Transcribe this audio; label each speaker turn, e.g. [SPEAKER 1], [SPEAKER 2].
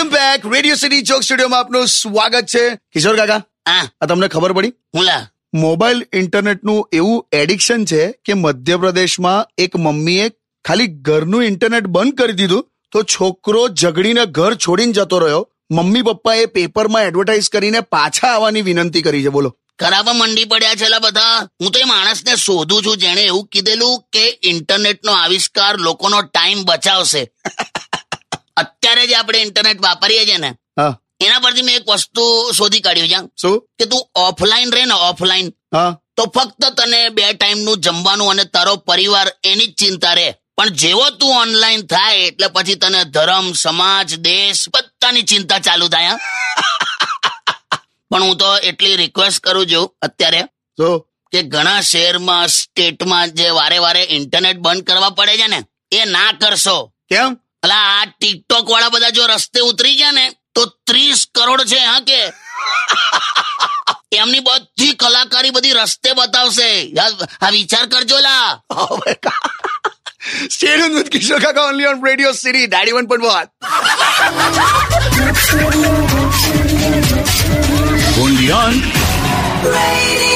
[SPEAKER 1] Radio city ચોક સ્ટુડિયોમાં આપનું સ્વાગત છે કિશોર કાકા
[SPEAKER 2] હા
[SPEAKER 1] આ તમને ખબર પડી
[SPEAKER 2] હું લા
[SPEAKER 1] મોબાઈલ ઇન્ટરનેટનું એવું એડિક્શન છે કે મધ્યપ્રદેશમાં એક મમ્મીએ ખાલી ઘરનું ઇન્ટરનેટ બંધ કરી દીધું તો છોકરો ઝઘડીને ઘર છોડીને જતો રહ્યો મમ્મી પપ્પાએ પેપરમાં એડવર્ટાઇઝ કરીને પાછા આવવાની વિનંતી કરી છે બોલો
[SPEAKER 2] ખરાબ મંડી પડ્યા છે લા બધા હું તો એ માણસને શોધું છું જેણે એવું કીધેલું કે ઇન્ટરનેટનો આવિષ્કાર લોકોનો ટાઈમ બચાવશે અત્યારે જે આપણે ઇન્ટરનેટ વાપરીએ છીએ ને
[SPEAKER 1] હા
[SPEAKER 2] એના પરથી મેં એક વસ્તુ શોધી કાઢ્યું છે
[SPEAKER 1] શું
[SPEAKER 2] કે તું ઓફલાઈન રહે ને ઓફલાઈન
[SPEAKER 1] હા
[SPEAKER 2] તો ફક્ત તને બે ટાઈમનું જમવાનું અને તારો પરિવાર એની જ ચિંતા રહે પણ જેવો તું ઓનલાઈન થાય એટલે પછી તને ધર્મ સમાજ દેશ બધાની ચિંતા ચાલુ થાય હા. પણ હું તો એટલી રિક્વેસ્ટ કરું છું અત્યારે
[SPEAKER 1] શું
[SPEAKER 2] કે ઘણા શહેરમાં સ્ટેટમાં જે વારે વારે ઇન્ટરનેટ બંધ કરવા પડે છે ને એ ના કરશો
[SPEAKER 1] કેમ
[SPEAKER 2] અલા આ ટિકટોક વાળા બધા જો રસ્તે ઉતરી ગયા ને તો ત્રીસ કરોડ છે હા કે એમની બધી કલાકારી બધી રસ્તે બતાવશે યાર, આ વિચાર કરજો લા
[SPEAKER 1] stayed with Kishore Kaka only on radio city ડાડી વન પોઈન્ટ વન
[SPEAKER 3] Radio